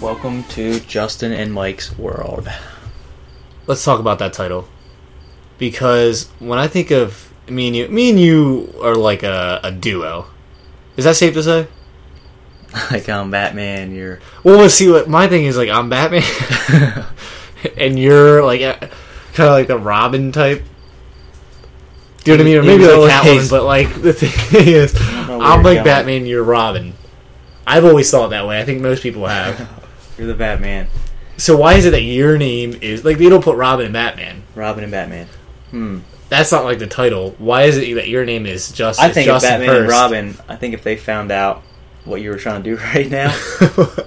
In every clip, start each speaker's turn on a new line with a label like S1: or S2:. S1: Welcome to Justin and Mike's world.
S2: Let's talk about that title. Because when I think of me and you, me and you are like a, a duo. Is that safe to say?
S1: Like I'm Batman, you're
S2: Well, let's see what my thing is. Like, I'm Batman, and you're like kind of like the Robin type. Do you know what I mean? Or
S1: In-
S2: maybe
S1: in
S2: like
S1: those
S2: Catwoman,
S1: days.
S2: but like the thing is,
S1: know where
S2: I'm
S1: you're
S2: like
S1: going.
S2: Batman. You're Robin. I've always thought that way. I think most people have.
S1: you're the Batman,
S2: so why is it that your name is like they don't put Robin and Batman?
S1: Robin and Batman. Hmm.
S2: That's not like the title. Why is it that your name is just?
S1: I think if
S2: Justin
S1: Batman and
S2: first?
S1: Robin. I think if they found out what you were trying to do right now,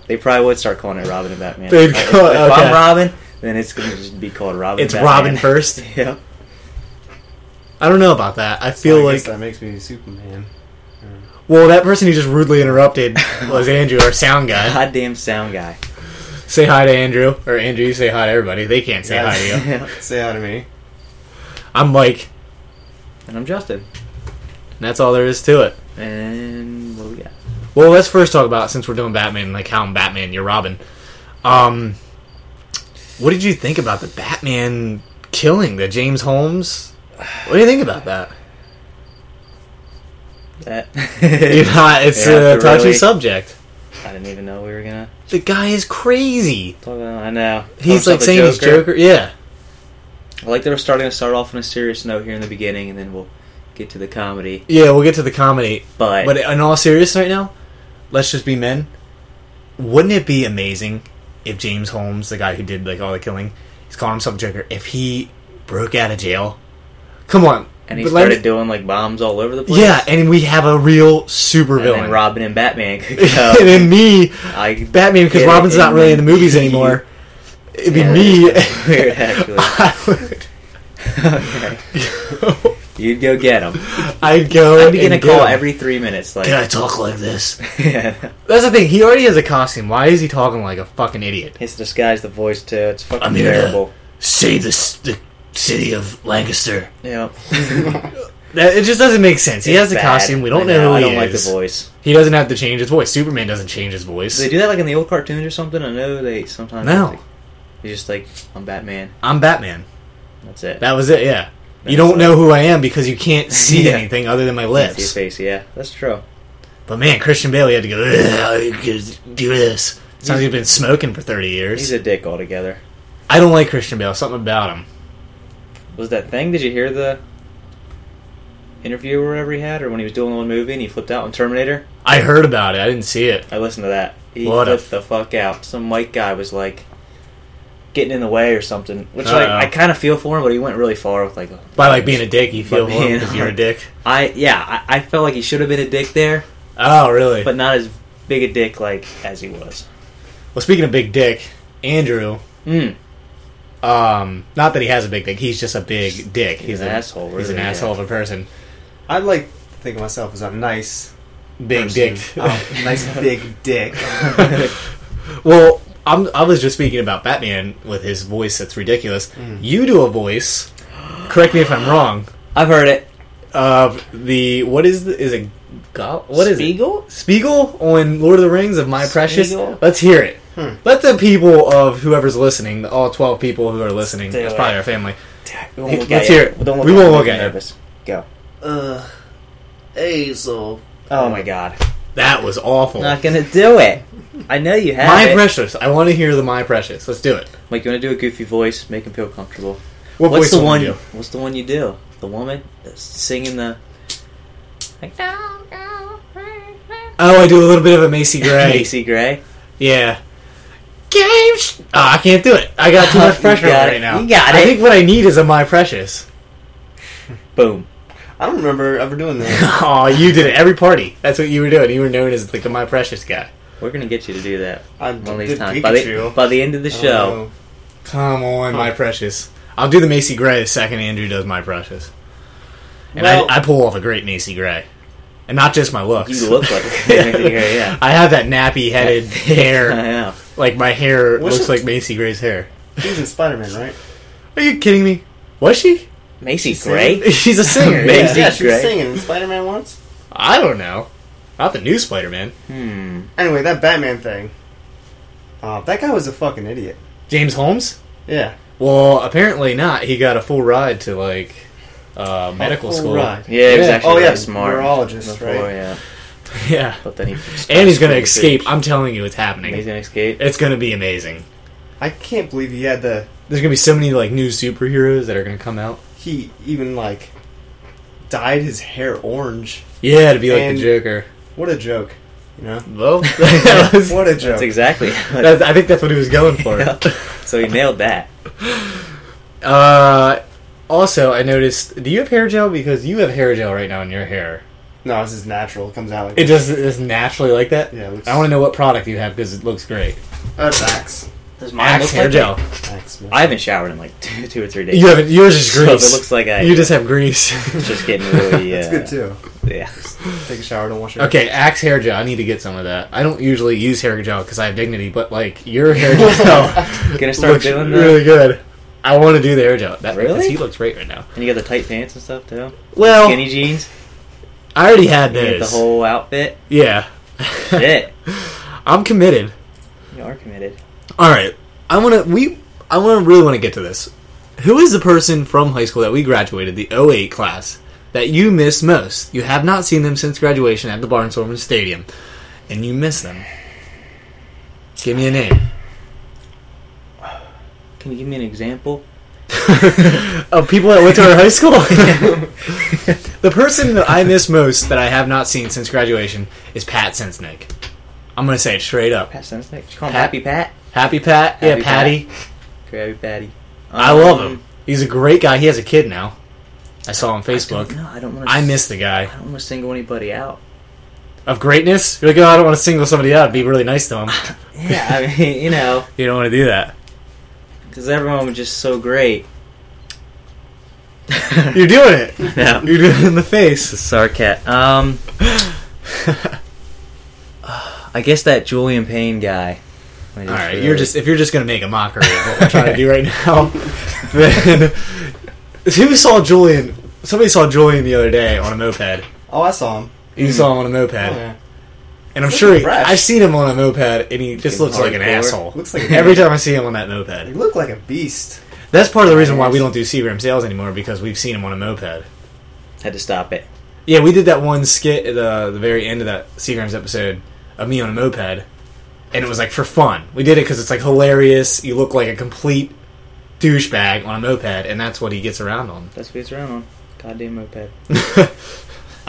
S1: they probably would start calling it Robin and Batman.
S2: They'd
S1: If-
S2: call it-
S1: if
S2: okay.
S1: I'm Robin, then it's gonna just be called Robin.
S2: it's
S1: and
S2: Robin
S1: Batman.
S2: first.
S1: yeah.
S2: I don't know about that. I feel
S3: I
S2: like
S3: guess that makes me Superman.
S2: well, that person who just rudely interrupted was Andrew, our sound guy.
S1: Goddamn sound guy.
S2: Say hi to Andrew, or Andrew, you say hi to everybody. They can't say hi to you.
S1: Yeah.
S3: Say hi to me.
S2: I'm Mike,
S1: And I'm Justin.
S2: and that's all there is to it.
S1: And what we got?
S2: Well, let's first talk about since we're doing Batman, like how I'm Batman, you're Robin. Um, what did you think about the Batman killing the James Holmes? What do you think about that?
S1: That.
S2: You know, it's
S1: Yeah,
S2: a touchy
S1: really.
S2: subject.
S1: I didn't even know we were gonna
S2: The guy is crazy.
S1: talk about. I know.
S2: He's
S1: Call himself
S2: like
S1: a
S2: saying he's Joker. Yeah,
S1: I like they were starting to start off on a serious note here in the beginning, and then we'll get to the comedy.
S2: yeah. We'll get to the comedy.
S1: But,
S2: But in all seriousness, right now, let's just be men. Wouldn't it be amazing if James Holmes, the guy who did like all the killing, he's calling himself Joker, if he broke out of jail? Come on,
S1: and he
S2: But let
S1: started
S2: me-
S1: doing like bombs all over the place.
S2: yeah, and we have a real
S1: and
S2: supervillain,
S1: then Robin and Batman could go.
S2: and then me,
S1: I
S2: Batman, because
S1: Yeah,
S2: Robin's not
S1: and
S2: really in the
S1: then
S2: movies
S1: he-
S2: anymore. It'd be
S1: Yeah,
S2: me.
S1: that's weird, actually.
S2: I would.
S1: okay. You'd go get him.
S2: I'd go.
S1: I'd be gonna
S2: and get
S1: call
S2: him.
S1: every three minutes. Like,
S2: Can I talk like this?
S1: it's
S2: That's the thing. He already has a costume. Why is he talking like a fucking idiot?
S1: disguise the voice too. It's fucking
S2: I'm here to-
S1: terrible.
S2: save the, the city of Lancaster.
S1: Yeah,
S2: That, it just doesn't make sense. He
S1: It's
S2: has the
S1: bad.
S2: costume. We don't
S1: I
S2: know, who
S1: I
S2: he
S1: don't like the
S2: is.
S1: voice.
S2: he doesn't have to change his voice. Superman doesn't change his voice.
S1: Do they do that like in the old cartoons or something? I know they sometimes.
S2: No.
S1: They just like I'm Batman.
S2: I'm Batman.
S1: That's it.
S2: That was it. Yeah.
S1: That's
S2: you don't
S1: it.
S2: know who I am because you can't see
S1: Yeah.
S2: anything other than my
S1: Can't see his
S2: lips.
S1: face. Yeah, that's true.
S2: But man, Christian Bailey had to go. "Ugh, I could do this. Sounds like he's been smoking for thirty
S1: He's
S2: years.
S1: a dick altogether.
S2: I don't like Christian Bale. Something about him.
S1: Was that thing? Did you hear the interview or whatever he had, or when he was doing the one movie and he flipped out on Terminator?
S2: I heard about it. I didn't see it.
S1: I listened to that. He
S2: What a-
S1: flipped the fuck out. Some white guy was like getting in the way or something, which like
S2: Uh-oh.
S1: I kind of feel for him, but he went really far with like.
S2: By like being a dick, you feel
S1: By
S2: more
S1: being-
S2: because you're a dick.
S1: I yeah, I, I felt like he should have been a dick there,
S2: Oh, really?
S1: but not as big a dick like as he was.
S2: well, speaking of big dick, Andrew.
S1: Mm.
S2: Um, not that he has a big dick. He's just a big dick. He's,
S1: He's an
S2: a-
S1: asshole,
S2: He's
S1: really,
S2: an
S1: yeah.
S2: asshole of a person.
S3: I'd like to think of myself as a nice
S2: Big
S3: person.
S2: dick.
S3: Oh, nice big dick.
S2: well, I'm, I was just speaking about Batman with his voice that's ridiculous.
S1: Mm.
S2: You do a voice. Correct me if I'm wrong.
S1: I've heard it.
S2: Of the what is the, is it? Go, what is it?
S1: Spiegel?
S2: Spiegel on Lord of the Rings of My Precious.
S1: Spiegel?
S2: Let's hear it.
S3: Hmm.
S2: Let the people of whoever's listening, all twelve people who are listening,
S1: Do
S2: that's
S1: it.
S2: probably our family.
S1: We won't look
S2: Let's
S1: at
S2: hear
S1: you.
S2: it.
S1: Don't
S2: We
S1: at
S2: won't
S1: you.
S2: look at you.
S1: Nervous. Go.
S3: uh, Hazel.
S1: Oh my god.
S2: That was awful.
S1: Not gonna do it. I know you have
S2: My
S1: it.
S2: Precious. I want to hear the My Precious. Let's do it.
S1: Mike, you want to do a goofy voice? Make him feel comfortable.
S2: What
S1: what's
S2: voice
S1: the
S2: will we
S1: one?
S2: do?
S1: What's the one you do? The woman that's singing the. Like,
S2: Oh, I do a little bit of a Macy Gray.
S1: Macy Gray.
S2: Yeah. Games. Oh, I can't do it. I got too much
S1: You
S2: pressure on
S1: got
S2: right
S1: it.
S2: now.
S1: You got
S2: I
S1: it.
S2: think what I need is a My Precious.
S1: Boom.
S3: I don't remember ever doing that.
S2: Oh, you did it every party. That's what you were doing. You were known as like the My Precious guy.
S1: We're gonna get you to do that
S3: I
S1: one of
S3: did
S1: these times. By the,
S3: Pikachu.
S1: by the end of the
S3: I don't
S1: show,
S3: know.
S2: Come on, My Precious. I'll do the Macy Gray the second Andrew does My Precious. And
S3: Well-
S2: I, I pull off a great Macy Gray. And not just my looks.
S1: you look like Macy Gray. Yeah.
S2: I have that nappy headed
S1: I
S2: hair.
S1: know.
S2: Like my hair
S3: What's
S2: looks
S3: it-
S2: like Macy Gray's hair.
S3: He's in Spider Man, right?
S2: Are you kidding me? Was she?
S1: Macy
S3: see
S1: Gray.
S2: She's a singer.
S1: Macy
S2: yeah.
S3: yeah, she was
S1: Gray.
S3: singing in Spider Man once.
S2: I don't know. Not the new Spider Man.
S1: Hmm.
S3: Anyway, that Batman thing. Uh, that guy was a fucking idiot.
S2: James Holmes?
S3: Yeah.
S2: Well, apparently not. He got a full ride to like uh, medical
S3: A full
S2: school.
S3: ride.
S1: Yeah, he was
S2: Yeah.
S1: actually
S3: Oh,
S1: really
S3: yeah,
S1: smart.
S3: neurologist,
S1: before,
S3: right?
S1: Yeah,
S2: Yeah,
S1: but then he
S2: and he's gonna escape. I'm telling you, it's happening.
S1: He's gonna escape.
S2: It's gonna be amazing.
S3: I can't believe he had the
S2: There's gonna be so many like new superheroes that are gonna come out.
S3: he even like dyed his hair orange.
S2: Yeah, to be like
S3: And-
S2: the Joker.
S3: What a joke, you know?
S2: Well, that was-
S3: what a joke.
S1: That's exactly.
S2: that- I think that's what he was going for.
S1: Yeah. So he nailed that.
S2: Uh, also, I noticed. Do you have hair gel? Because you have hair gel right now in your hair.
S3: no, this is natural. It comes out like
S2: It just it's naturally like that.
S3: Yeah, it looks-
S2: I want to know what product you have because it looks great.
S3: That's axe.
S1: Does
S2: Axe hair gel.
S3: Axe, man.
S1: I haven't showered in like two, two or three days.
S2: You haven't. Yours is
S1: So
S2: grease.
S1: if it looks like I
S2: you just have grease.
S1: it's just getting really. Uh,
S3: That's good too.
S1: Yeah.
S3: Take a shower, don't wash your
S2: okay, Axe hair gel. I need to get some of that. I don't usually use hair gel because I have dignity, but like your hair gel
S1: Gonna start
S2: looks
S1: doing that.
S2: really good. I want to do the hair gel. That, 'cause
S1: Really?
S2: He looks great right now.
S1: And you got the tight pants and stuff too.
S2: Well,
S1: Skinny jeans.
S2: I already had
S1: You get
S2: those.
S1: the whole outfit.
S2: yeah,
S1: Shit.
S2: I'm committed.
S1: You are committed.
S2: All right, I want to we I want to really want to get to this. Who is the person from high school that we graduated, the 08 class, that you miss most? You have not seen them since graduation at the Barnstormers Stadium, and you miss them. Give me a name
S1: Can you give me an example?
S2: of Oh, people that went to our high school. the person that I miss most that I have not seen since graduation is Pat Sensnick. I'm gonna say it straight up.
S1: Pat Sensnick. Did you call him
S2: Pat?
S1: Happy Pat?
S2: Happy Pat,
S1: Happy
S2: yeah,
S1: Pat.
S2: Patty.
S1: Krabby Patty.
S2: I love him.
S1: Um,
S2: He's a great guy. He has a kid now. I saw on
S1: I don't
S2: Facebook.
S1: know. I don't want to.
S2: I miss the guy.
S1: I don't want to single anybody out.
S2: of greatness. You're like, oh, I don't want to single somebody out. Be really nice to them.
S1: Yeah, I mean, you know,
S2: You don't want to do that.
S1: because everyone was just so great.
S2: You're doing it.
S1: Yeah.
S2: You're doing it in the face.
S1: Sarcat. Um, I guess that Julian Payne guy. I mean,
S2: All right,
S1: really-
S2: you're just if you're just gonna make a mockery of what we're trying to do right now, then who saw Julian? Somebody saw Julian the other day on a moped.
S3: Oh, I saw him.
S2: You saw him on a moped,
S3: Oh, yeah.
S2: and I'm
S3: Looking
S2: sure he,
S3: fresh.
S2: I've seen him on a moped, and he just
S1: Looking
S2: looks like an
S1: hardcore.
S2: asshole.
S3: Looks like
S2: Every time I see him on that
S3: He
S2: moped,
S3: looked like a beast.
S2: that's part of the reason why we don't do Seagram sales anymore because we've seen him on a moped.
S1: had to stop it.
S2: Yeah, we did that one skit at the, the very end of that Seagrams episode of me on a moped, and it was like for fun. We did it because it's like hilarious. You look like a complete douchebag on a moped, and that's what he gets around on.
S1: That's what he's around on. Goddamn moped.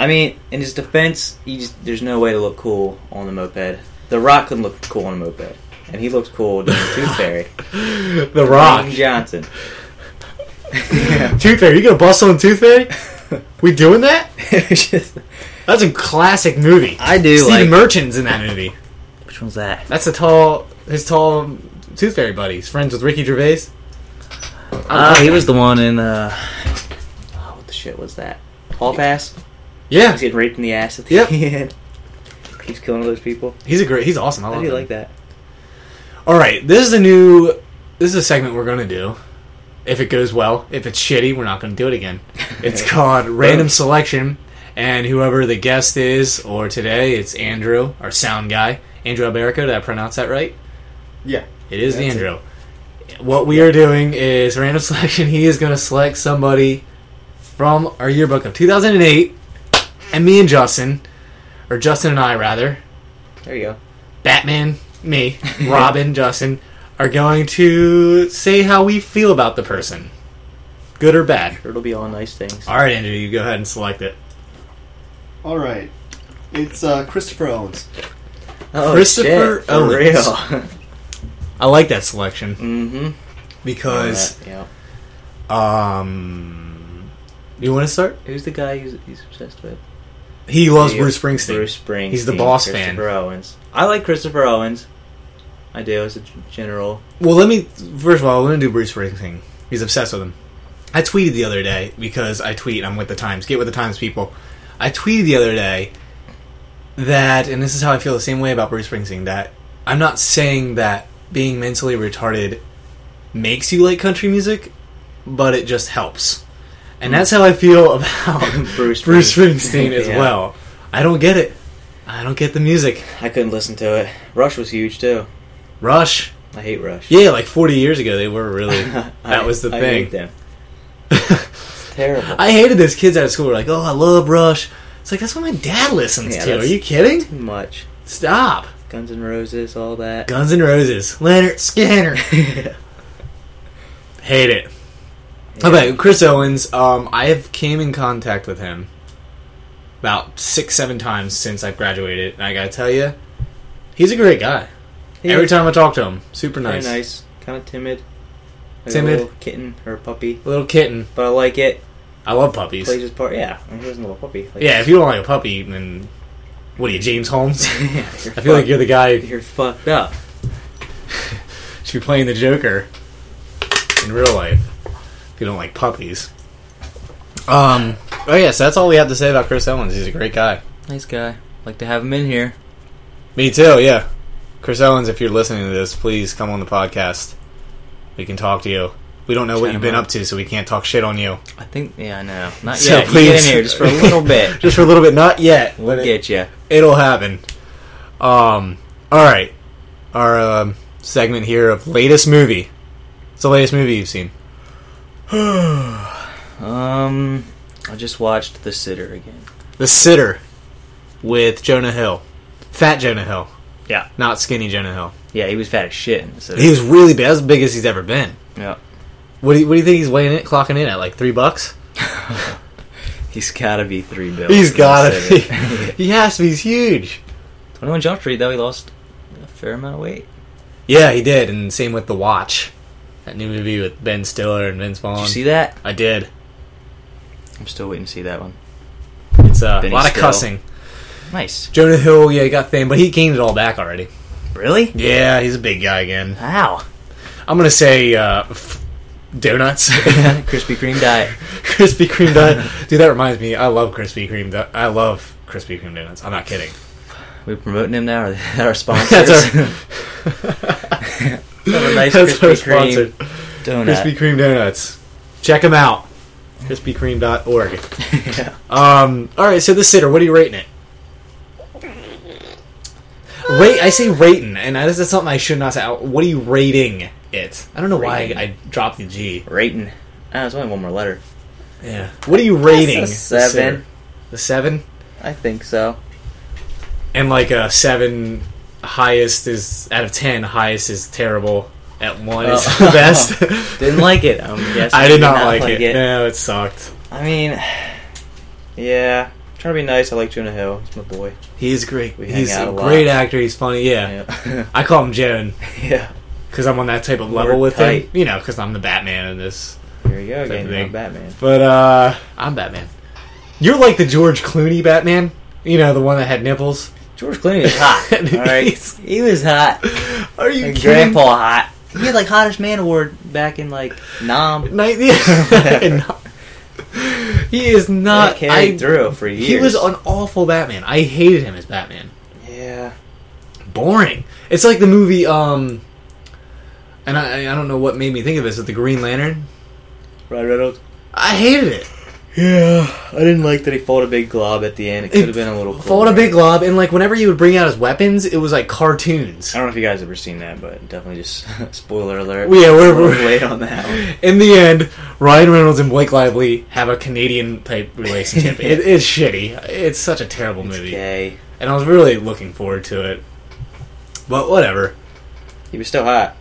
S1: I mean, in his defense, he just, there's no way to look cool on the moped. The Rock couldn't look cool on a moped, and he looks cool doing the Tooth Fairy.
S2: the Rock,
S1: Dwayne Johnson.
S2: Tooth Fairy. You gonna bust on Tooth Fairy? We doing that?
S1: It's just-
S2: That's a classic movie.
S1: I do
S2: Stephen
S1: like.
S2: Merchant's in that movie.
S1: Which one's that?
S2: That's a tall, his tall Tooth Fairy buddy. He's friends with Ricky Gervais.
S1: Uh, he was the one in. Uh, oh, what the shit was that? Hall Pass.
S2: yeah.
S1: He's getting raped in the ass at the
S2: Yep.
S1: end. Keeps killing all those people.
S2: He's a great. He's awesome. I
S1: I
S2: love
S1: do
S2: him.
S1: like that.
S2: All right, this is a new. This is a segment we're gonna do. If it goes well, if it's shitty, we're not gonna do it again. It's called random selection, and whoever the guest is, or today it's Andrew, our sound guy, Andrew Alberico. Did I pronounce that right?
S3: Yeah.
S2: It is
S3: That's
S2: Andrew. What we are doing is random selection. He is gonna select somebody from our yearbook of 2008, and me and Justin, or Justin and I rather,
S1: There you go.
S2: Batman, me, Robin, Justin are going to say how we feel about the person, good or bad.
S1: It'll be all nice things.
S2: All right, Andrew, you go ahead and select it.
S3: All right. It's uh, Christopher Owens.
S1: Oh,
S2: Christopher
S1: shit, for
S2: Owens.
S1: real.
S2: I like that selection
S1: mm-hmm.
S2: because
S1: yeah.
S2: um, you want to start?
S1: Who's the guy he's, he's obsessed with?
S2: He loves
S1: Yeah,
S2: Bruce Springsteen.
S1: Bruce Springsteen.
S2: He's the boss fan.
S1: Christopher Owens. I like Christopher Owens. I do as a g- general.
S2: Well, let me first of all, let me do Bruce Springsteen. He's obsessed with him. I tweeted the other day because I tweet. I'm with the times. Get with the times, people. I tweeted the other day that, and this is how I feel the same way about Bruce Springsteen. That I'm not saying that being mentally retarded makes you like country music, but it just helps. And that's how I feel about
S1: Bruce
S2: Bruce, Springsteen as
S1: Yeah.
S2: well. I don't get it. I don't get the music.
S1: I couldn't listen to it. Rush was huge too.
S2: Rush.
S1: I hate Rush.
S2: Yeah, like 40 years ago, they were really. That was the
S1: I
S2: thing.
S1: hate them. It's terrible.
S2: I hated those kids out of school. Were like, oh, I love Rush. It's like that's what my dad listens
S1: Yeah,
S2: to. Are
S1: that's-
S2: you kidding?
S1: Too much.
S2: Stop.
S1: Guns N' Roses, all that.
S2: Guns N' Roses, Leonard Skinner. Hate it. Okay, Chris Owens. Um, I have came in contact with him about six, seven times since I've graduated, and I gotta tell you, he's a great guy.
S1: Yeah.
S2: Every time I talk to him, super
S1: Very
S2: nice.
S1: nice. Kind of timid. Like
S2: Timid?
S1: A little kitten or a puppy.
S2: Little kitten.
S1: But I like it.
S2: I love puppies.
S1: Plays his part. Yeah. I mean, he wasn't a little puppy. Like,
S2: Yeah, if you don't like a puppy, then what are you, James Holmes?
S1: yeah,
S2: I feel like you're the guy who
S1: You're fucked up.
S2: should be playing the Joker in real life. If you don't like puppies. Um. Oh yeah, so that's all we have to say about Chris Owens. He's a great guy.
S1: Nice guy. Like to have him in here.
S2: Me too, yeah. Chris Owens, if you're listening to this, please come on the podcast. We can talk to you. We don't know what
S1: Shout
S2: you've
S1: him
S2: been
S1: out.
S2: up to, so we can't talk shit on you.
S1: I think. Yeah, I know. Not
S2: So
S1: yet. You get
S2: please-
S1: in here just for a little bit.
S2: Just for a little bit, not yet.
S1: We'll
S2: but
S1: get you.
S2: it, will happen. Um, all right, our um, segment here of latest movie. It's the latest movie you've seen.
S1: Um, I just watched The Sitter again.
S2: The Sitter with Jonah Hill, fat Jonah Hill,
S1: Yeah.
S2: not skinny Jonah Hill.
S1: Yeah, he was fat as shit in The Sitter.
S2: He was really big. That's the biggest he's ever been.
S1: yeah.
S2: What do you, what do you think he's weighing it, clocking in at like three bucks?
S1: He's gotta be three bills.
S2: He's
S1: in The
S2: got it.
S1: Sitter.
S2: he has to be. He's huge.
S1: Twenty-one Jump Street though he lost a fair amount of weight.
S2: Yeah, he did. And same with The Watch, that new movie with Ben Stiller and Vince Vaughn.
S1: Did you see that?
S2: I did.
S1: I'm still waiting to see that one.
S2: It's uh, a
S1: Benny
S2: lot of
S1: Still.
S2: cussing.
S1: Nice.
S2: Jonah Hill, yeah, he got thin, but he gained it all back already.
S1: Really?
S2: Yeah, he's a big guy again.
S1: How?
S2: I'm gonna say uh, f- donuts,
S1: Krispy Kreme diet.
S2: Krispy Kreme donut. Dude, that reminds me. I love Krispy Kreme. Do- I love Krispy Kreme donuts. I'm not kidding.
S1: We're promoting him now. Are they our sponsors?
S2: That's our-
S1: Have a nice
S2: That's our
S1: Krispy Kreme
S2: sponsor. Krispy
S1: donut.
S2: Kreme donuts. Check them out. KrispyKreme.org.
S1: yeah.
S2: Um. All right. So the sitter. What are you rating it? Rate. I say rating, and this is something I should not say. What are you rating it? I don't know
S1: Rating.
S2: why I, I dropped the G.
S1: Rating. Ah, there's only one more letter.
S2: Yeah. What are you rating?
S1: That's a
S2: the
S1: seven.
S2: sitter? The seven.
S1: I think so.
S2: And like a seven, highest is out of ten. Highest is terrible. At one is
S1: Oh.
S2: the best.
S1: Didn't like it. I'm guessing.
S2: I did not, like, it. No, it sucked.
S1: I mean, yeah. Trying to be nice. I like Jonah Hill. He's my boy.
S2: He's great.
S1: We hang
S2: He's
S1: out
S2: a
S1: a lot.
S2: great actor. He's funny. Yeah.
S1: Yeah.
S2: I call him Joan
S1: yeah.
S2: because I'm on that type of level
S1: We're
S2: with him.
S1: tight.
S2: You know, because I'm the Batman in this.
S1: Here you go again.
S2: Everything.
S1: You're on Batman.
S2: But uh I'm Batman. You're like the George Clooney Batman. You know, the one that had nipples.
S1: George Clooney was hot. all right,
S2: He's-
S1: he was hot.
S2: Are you
S1: Like,
S2: kidding?
S1: Grandpa hot. He had like hottest man award back in like Nam.
S2: Night- yeah. he is
S1: That
S2: not
S1: carried
S2: I-
S1: through for years.
S2: He was an awful Batman. I hated him as Batman.
S1: Yeah.
S2: Boring. It's like the movie um and I, I don't know what made me think of this with the Green Lantern.
S1: Ryan Reynolds.
S2: I hated it.
S1: Yeah, I didn't like that he fought a big glob at the end. It could have been a little.
S2: Fought a big glob, and like whenever he would bring out his weapons, it was like cartoons.
S1: I don't know if you guys ever seen that, but definitely just spoiler alert.
S2: Yeah, we're-
S1: We're
S2: we're-
S1: late on that. One.
S2: In the end, Ryan Reynolds and Blake Lively have a Canadian type relationship. it, it's shitty. It's such a terrible movie,
S1: Okay,
S2: and I was really looking forward to it. But whatever.
S1: he was still hot.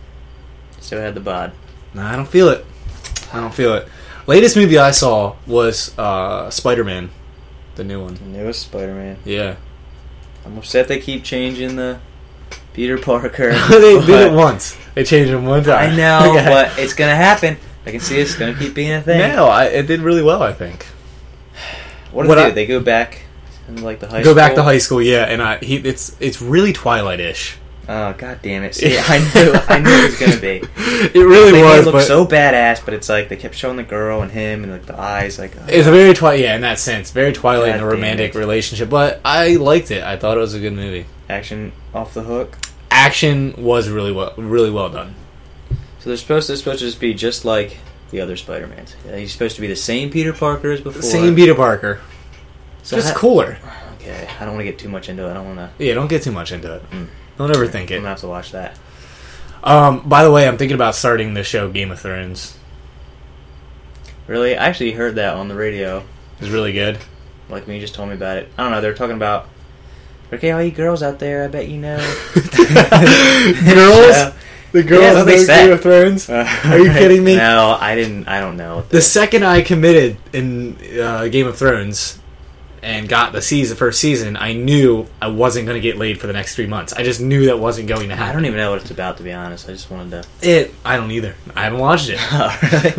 S1: Still had the bod.
S2: No, I don't feel it. I don't feel it. Latest movie I saw was uh, Spider Man, the new one.
S1: The newest Spider-Man.
S2: Yeah,
S1: I'm upset they keep changing the Peter Parker.
S2: they did it
S1: but-
S2: once. They changed it one time.
S1: I know,
S2: Okay.
S1: but it's gonna happen. I can see it's gonna keep being a thing.
S2: no, I, it did really well. I think.
S1: What do
S2: What
S1: they
S2: I-
S1: do? They go back and like the high
S2: Go back to
S1: school?
S2: high school, yeah, and I he, it's it's really Twilight ish.
S1: Oh god damn it! See, I knew I knew it was gonna be.
S2: It really
S1: They
S2: was,
S1: look
S2: but
S1: so badass, but it's like they kept showing the girl and him and like the eyes, like oh,
S2: It's a very Twilight, yeah, in that sense, very Twilight in
S1: God
S2: a
S1: damn
S2: romantic
S1: it.
S2: relationship. But I liked it. I thought it was a good movie.
S1: action off the hook.
S2: Action was really well, really well done.
S1: So they're supposed to, they're supposed to just be just like the other Spider-Mans. Yeah, He's supposed to be the same Peter Parker as before.
S2: Same Peter Parker,
S1: So
S2: just
S1: ha-
S2: cooler.
S1: Okay, I don't want to get too much into it. I don't want to.
S2: Yeah, don't get too much into it.
S1: Mm.
S2: Don't overthink
S1: I'm gonna
S2: it.
S1: have to watch that.
S2: Um, by the way, I'm thinking about starting the show Game of Thrones.
S1: Really, I actually heard that on the radio.
S2: It's really good.
S1: Like when you just told me about it. I don't know. They're talking about. Okay, all you girls out there, I bet you know.
S2: girls,
S1: Yeah.
S2: the girls
S1: Yeah, that's what
S2: that
S1: they
S2: know
S1: said.
S2: Game of Thrones. Are you kidding me?
S1: No, I didn't. I don't know.
S2: The second I committed in uh, Game of Thrones and got the season, first season, I knew I wasn't going to get laid for the next three months. I just knew that wasn't going to
S1: I
S2: happen.
S1: don't even know what it's about, to be honest. I just wanted to.
S2: It. I don't either. I haven't watched it. I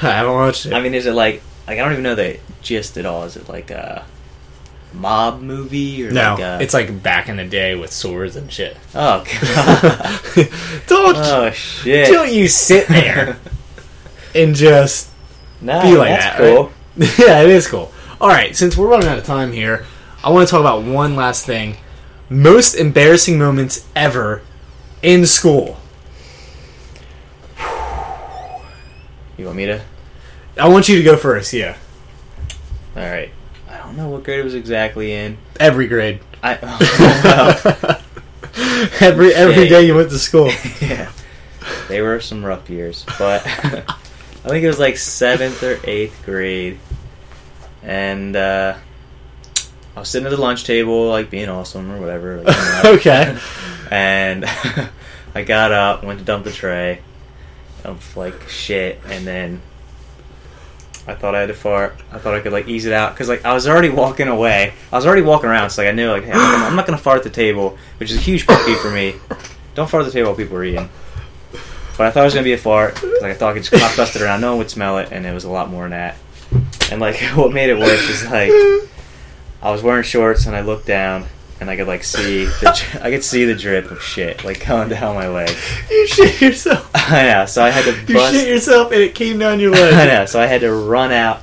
S2: haven't watched it.
S1: I mean, is it like like I don't even know the gist at all. Is it like a mob movie or
S2: no,
S1: like uh, a,
S2: it's like back in the day with swords and shit.
S1: oh god,
S2: don't
S1: oh shit.
S2: don't you sit there and just
S1: no,
S2: be like
S1: that's
S2: that, right?
S1: cool.
S2: yeah, it is cool. All right, since we're running out of time here, I want to talk about one last thing. Most embarrassing moments ever in school.
S1: You want me to?
S2: I want you to go first. Yeah,
S1: All right. I don't know what grade it was exactly in.
S2: every grade,
S1: I oh,
S2: every every
S1: Shit.
S2: day you went to school.
S1: well, yeah, they were some rough years, but I think it was like seventh or eighth grade, and uh, I was sitting at the lunch table, like being awesome or whatever. Like, hanging out.
S2: okay.
S1: and I got up, went to dump the tray. I was like, shit, and then I thought I had to fart. I thought I could like ease it out because like I was already walking away. I was already walking around, so like I knew like hey, I'm, not gonna, I'm not gonna fart at the table, which is a huge pet peeve for me. Don't fart at the table while people are eating. But I thought it was gonna be a fart. 'cause, Like I thought I could just cock dust it around, no one would smell it, and it was a lot more than that. And like what made it worse is like I was wearing shorts and I looked down and I could like see the dri- I could see the drip of shit like going down my leg.
S2: you shit yourself.
S1: I know, so I had to
S2: You shit
S1: bust.
S2: yourself, and it came down your leg.
S1: I know, so I had to run out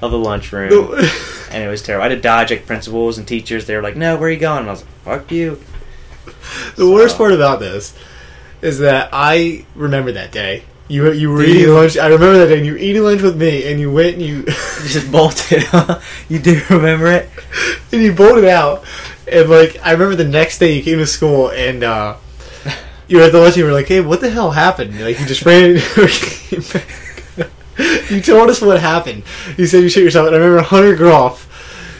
S1: of the lunchroom
S2: The-
S1: and it was terrible. I had to dodge like principals and teachers. They were like, "No, where are you going?" And I was like, "Fuck you."
S2: The worst part about this is that I remember that day. You you were eating lunch. I remember that day. And you were eating lunch with me, and you went and you
S1: Just bolted. you do remember it?
S2: and you bolted out. And like I remember the next day you came to school and uh, you were at the lunch. And you were like, "Hey, what the hell happened?" And, like you just ran. and never came back. you told us what happened. You said you shit yourself. And I remember Hunter Groff.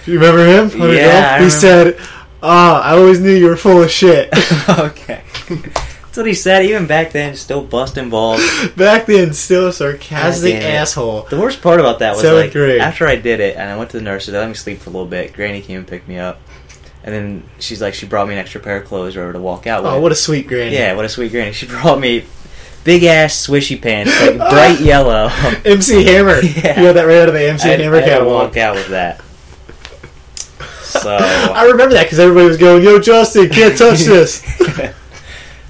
S2: You remember him? Hunter
S1: Yeah, I
S2: He
S1: remember.
S2: said, "Ah, I always knew you were full of shit."
S1: okay. That's what he said. Even back then, still busting balls.
S2: Back then, still a sarcastic
S1: God damn it.
S2: asshole.
S1: The worst part about that was
S2: Seventh
S1: like
S2: grade.
S1: after I did it and I went to the nurses, I let me sleep for a little bit. Granny came and picked me up, and then she's like, she brought me an extra pair of clothes or whatever to walk out with.
S2: Oh, what a sweet granny.
S1: yeah, what a sweet granny. She brought me big ass swishy pants, like bright yellow.
S2: MC Hammer.
S1: Yeah.
S2: You got that right out of the MC
S1: I had-
S2: Hammer
S1: I had to
S2: catalog.
S1: walk out with that. So
S2: I remember that because everybody was going, "Yo, Justin, can't touch this."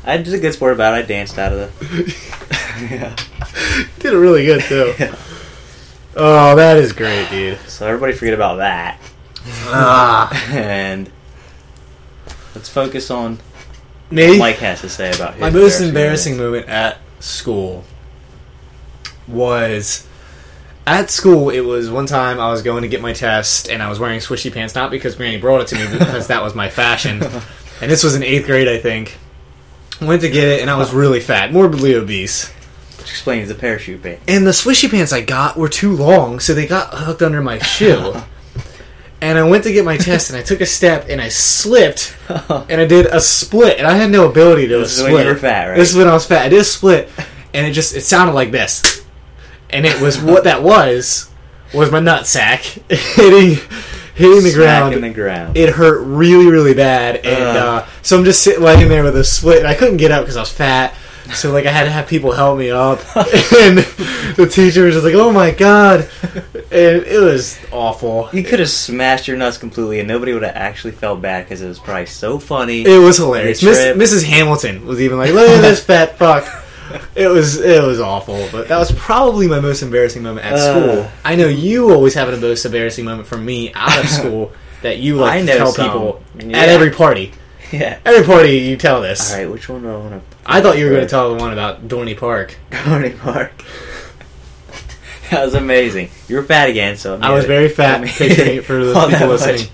S1: I did a good sport about it. I danced out of the. yeah.
S2: Did it really good too.
S1: Yeah.
S2: Oh, that is great, dude.
S1: So everybody forget about that.
S2: Ah,
S1: and let's focus on
S2: me.
S1: what Mike has to say about his
S2: My most embarrassing moment at school was at school. It was one time I was going to get my test and I was wearing swishy pants, not because Granny brought it to me, but because that was my fashion. And this was in eighth grade, I think. Went to get it, and I was really fat, morbidly obese.
S1: Which explains the parachute bait.
S2: And the swishy pants I got were too long, so they got hooked under my shoe. and I went to get my test, and I took a step, and I slipped, and I did a split, and I had no ability to
S1: This is
S2: split.
S1: when you were fat, right?
S2: This is when I was fat. I did a split, and it just it sounded like this, and it was what that was was my nut sack hitting hitting the ground.
S1: in the ground.
S2: it hurt really, really bad, and
S1: Ugh.
S2: uh, so I'm just sitting laying there with a split, and I couldn't get up because I was fat. So like I had to have people help me up, and the teacher was just like, "Oh my god," and it was awful.
S1: you could have smashed your nuts completely, and nobody would have actually felt bad because it was probably so funny.
S2: It was hilarious.
S1: Your
S2: Miss,
S1: trip.
S2: Mrs. Hamilton was even like, "Look at this fat fuck." It was it was awful, but that was probably my most embarrassing moment at
S1: Uh.
S2: school. I know you always have a most embarrassing moment from me out of school that you
S1: I
S2: like to
S1: know
S2: tell
S1: some.
S2: people
S1: Yeah.
S2: at every party.
S1: yeah.
S2: Every party you tell this.
S1: All right, which one do I want
S2: I thought you were going to tell the one about Dorney Park.
S1: to? Tony Park. that was amazing. You were fat again, so it
S2: I
S1: made
S2: was
S1: it-
S2: very fat,
S1: it made
S2: picturing it for the
S1: all
S2: people
S1: that much
S2: listening.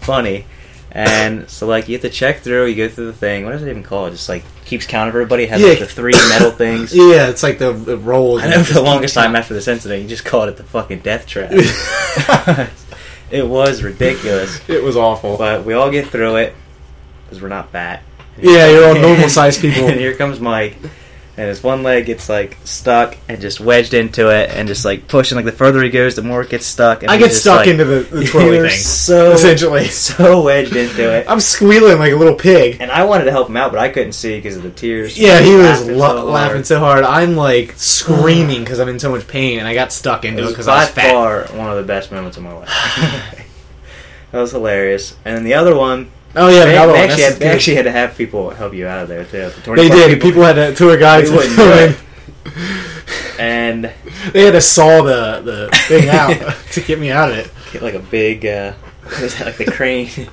S1: Funny, And so, like, you have to check through. You go through the thing. What does it even call it? Just like keeps count of everybody. Has like,
S2: Yeah.
S1: the three metal things.
S2: Yeah, it's like the, the rolls.
S1: I know for the longest time after this incident, you just called it the fucking death trap. it was ridiculous,
S2: it was awful.
S1: but we all get through it because we're not fat.
S2: Yeah, you're all normal-sized people.
S1: And here comes Mike, and his one leg gets like stuck and just wedged into it, and just like pushing. Like the further he goes, the more it gets stuck. And
S2: I
S1: he's
S2: get
S1: just,
S2: stuck
S1: like,
S2: into the, the twirly
S1: you're
S2: thing.
S1: So
S2: essentially.
S1: so wedged into it.
S2: I'm squealing like a little pig.
S1: And I wanted to help him out, but I couldn't see because of the tears.
S2: Yeah, he was
S1: Laughing so
S2: la-
S1: hard.
S2: laughing so hard. I'm like screaming because I'm in so much pain, and I got stuck into
S1: It
S2: it
S1: was
S2: because
S1: by
S2: I was fat.
S1: far one of the best moments of my life. that was hilarious. And then the other one,
S2: Oh yeah,
S1: they,
S2: the other
S1: they
S2: one.
S1: actually
S2: that's
S1: had, they
S2: good.
S1: actually had to have people help you out of there too. The
S2: they
S1: 24
S2: did. People, had a tour guide.
S1: They
S2: To
S1: wouldn't
S2: come
S1: do
S2: in.
S1: it. and
S2: They had to saw the, the thing out to get me out of it.
S1: get like a big, uh, what is that, like the crane? it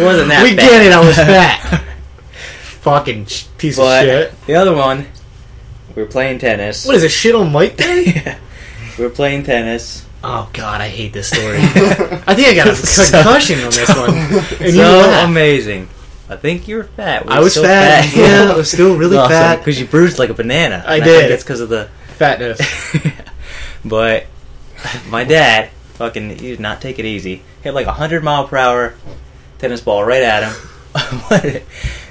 S1: wasn't that. bad.
S2: we get it. I was fat. Fucking sh- piece
S1: but
S2: of shit.
S1: the other one, we were playing tennis.
S2: What is it? Shit on Mike Day?
S1: we were playing tennis.
S2: Oh god, I hate this story. I think I got a
S1: So-
S2: concussion on this one. And you
S1: so
S2: laugh.
S1: amazing. I think you were fat. Were
S2: I
S1: you
S2: was
S1: still
S2: fat. Yeah, I was still really fat.
S1: because you bruised like a banana.
S2: I
S1: And
S2: did.
S1: think that's because of the
S2: Fatness.
S1: but my dad fucking he did not take it easy. Hit like a hundred mile per hour tennis ball right at him. What is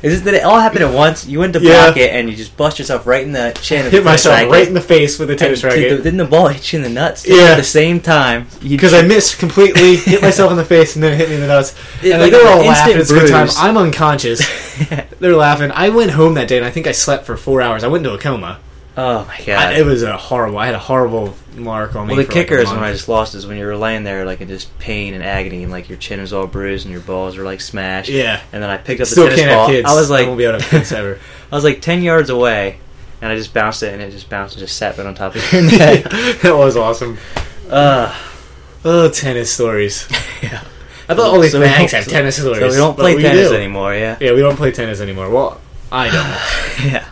S1: this? Did it all happen at once? You went to
S2: Yeah.
S1: block it and you just bust yourself right in the chin. of the
S2: Hit myself
S1: tennis
S2: right
S1: racket.
S2: in the face with a tennis
S1: And did the-
S2: racket
S1: Didn't the ball hit you in the nuts? too,
S2: Yeah.
S1: At the same time, You-
S2: because I missed completely. Hit myself in the face and then it hit me in the nuts.
S1: It- like
S2: And like, they're
S1: an
S2: all
S1: instant
S2: laughing. It's a good time.
S1: bruise.
S2: I'm unconscious. They're laughing. I went home that day and I think I slept for four hours. I went into a coma.
S1: oh my god!
S2: I, it was a horrible. I had a horrible mark on me.
S1: well, the
S2: for, like, a
S1: kicker is
S2: month.
S1: when I just lost is when you were laying there like in just pain and agony and like your chin was all bruised and your balls were like smashed.
S2: Yeah.
S1: And then I picked up the
S2: still
S1: tennis
S2: can't
S1: ball.
S2: have kids.
S1: I was like,
S2: I won't be able to have kids ever.
S1: I was like ten yards away, and I just bounced it, and it just bounced and just sat right on top of your neck.
S2: that was awesome.
S1: uh,
S2: Oh, tennis stories.
S1: yeah.
S2: I thought only
S1: So we
S2: fags
S1: don't-
S2: have tennis stories.
S1: So we don't
S2: but
S1: play tennis
S2: do.
S1: anymore. Yeah,
S2: Yeah, we don't play tennis anymore. Well, I don't.
S1: yeah.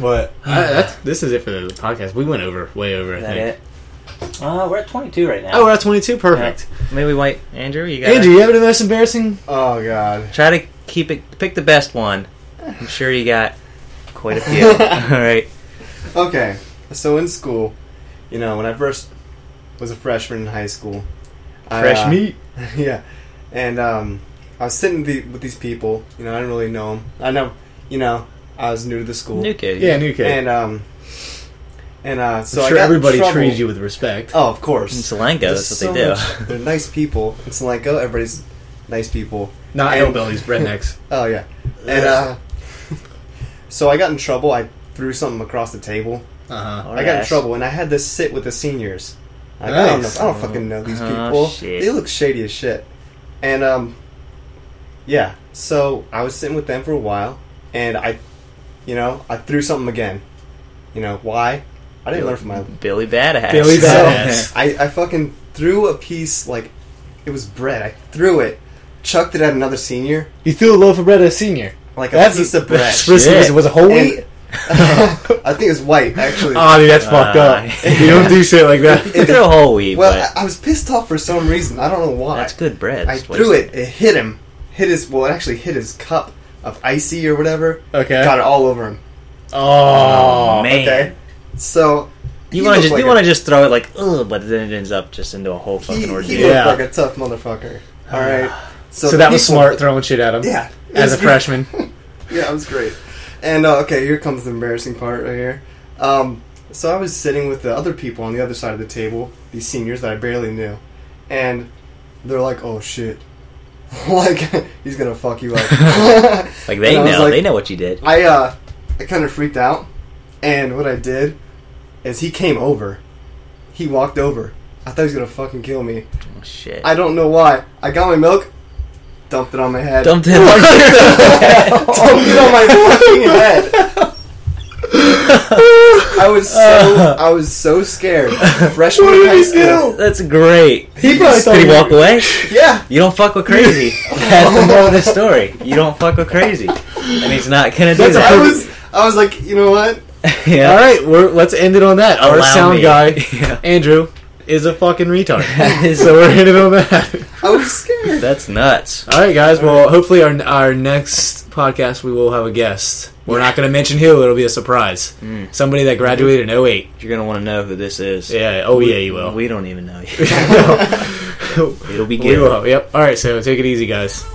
S2: but I, that's, this is it for the podcast. We went over, way over. I
S1: Is that
S2: think.
S1: it? Uh, we're at twenty-two right now.
S2: Oh, we're at twenty-two. Perfect.
S1: Maybe we might, Andrew. You got
S2: Andrew, you have the most embarrassing?
S3: Oh god.
S1: try to keep it. Pick the best one. I'm sure you got quite a few. All right.
S3: Okay. So in school, you know, when I first was a freshman in high school, I, uh, yeah, and um, I was sitting with, the, with these people. You know, I didn't really know them. I know, you know, I was new to the school.
S1: New kid.
S2: Yeah, new kid.
S3: And um, and uh, so
S2: I'm
S3: I
S2: sure
S3: got in
S2: everybody
S3: trouble.
S2: treated you with respect.
S3: Oh, of
S1: In
S3: course.
S1: Selengo,
S3: There's
S1: that's what
S3: so
S1: they do.
S3: much- they're nice people. In Solanco, everybody's nice people.
S2: Not
S3: and-
S2: hillbillies, rednecks.
S3: Oh yeah, and uh, so I got in trouble. I threw something across the table.
S2: Uh huh.
S1: Or
S3: I got in
S1: ass.
S3: trouble, and I had to sit with the seniors. Like, I don't know.
S2: Nice.
S3: I don't fucking know these
S1: Oh,
S3: people.
S1: shit.
S3: They look shady as shit. And um, yeah. So I was sitting with them for a while, and I, you know, I threw something again. You know why? I didn't learn from my
S1: Billy Badass.
S2: Billy
S3: so
S2: Badass.
S3: I, I fucking threw a piece like it was bread. I threw it, chucked it at another senior,
S2: You threw a loaf of bread at a senior.
S3: like a piece of bread.
S2: That's risky, 'cause
S1: Shit.
S2: It was a whole wheat.
S3: And- I think it was white actually.
S2: Oh, dude, that's fucked up.
S1: Uh,
S2: You don't do shit like that.
S1: You threw a whole weed,
S3: well,
S1: but
S3: I, I was pissed off for some reason. I don't know why.
S1: that's good bread.
S3: I
S1: That's what
S3: threw
S1: it's-
S3: it. It hit him. Hit his. Well, it actually hit his cup of icy or whatever.
S2: Okay.
S3: Got it all over him.
S2: Oh,
S1: Oh, man.
S3: Okay. So
S1: You
S3: he
S1: want to
S3: looked
S1: just
S3: like
S1: you
S3: a-
S1: want to just throw it like ugh, but then it ends up just into a whole
S3: He,
S1: fucking
S3: he looked
S1: ordeal.
S2: Yeah.
S3: like a tough motherfucker. All right.
S2: So,
S3: the
S2: that was
S3: people-
S2: smart throwing shit at him.
S3: Yeah.
S2: As a freshman.
S3: yeah, it was great. And uh, okay, here comes the embarrassing part right here. Um, so I was sitting with the other people on the other side of the table, these seniors that I barely knew, and they're like, "Oh shit." like he's gonna fuck you up.
S1: Like they
S3: And I was
S1: know,
S3: like-
S1: they know what you did.
S3: I uh, I kind of freaked out, and what I did is he came over. He walked over. I thought he was gonna fucking kill me.
S1: Oh, shit.
S3: I don't know why. I got my milk, dumped it on my head.
S1: dumped it.
S3: dumped it on my fucking head. I was so I was so scared. Freshman
S2: What did
S3: high
S2: he
S3: school.
S1: That's great.
S3: He probably
S1: Did he walk away?
S3: Yeah.
S1: You don't fuck with crazy. That's the moral of the story. You don't fuck with crazy, and he's not gonna do
S2: That's
S1: that.
S3: I was I was like, you know what?
S1: yeah.
S2: All right, we're, let's end it on that. Our
S1: Allow
S2: sound
S1: me.
S2: guy,
S1: Yeah.
S2: Andrew, is a fucking retard.
S1: That is-
S2: so we're gonna go back.
S3: I was scared.
S1: That's nuts.
S2: All right, guys. Well, hopefully our our next podcast we will have a guest. We're not going to mention who. It'll be a surprise.
S1: Mm.
S2: Somebody that graduated in 08.
S1: You're gonna want to know who this is.
S2: Yeah. Oh yeah, you will.
S1: We don't even know yet. It'll be
S2: we
S1: good.
S2: will. Yep. All right. So take it easy, guys.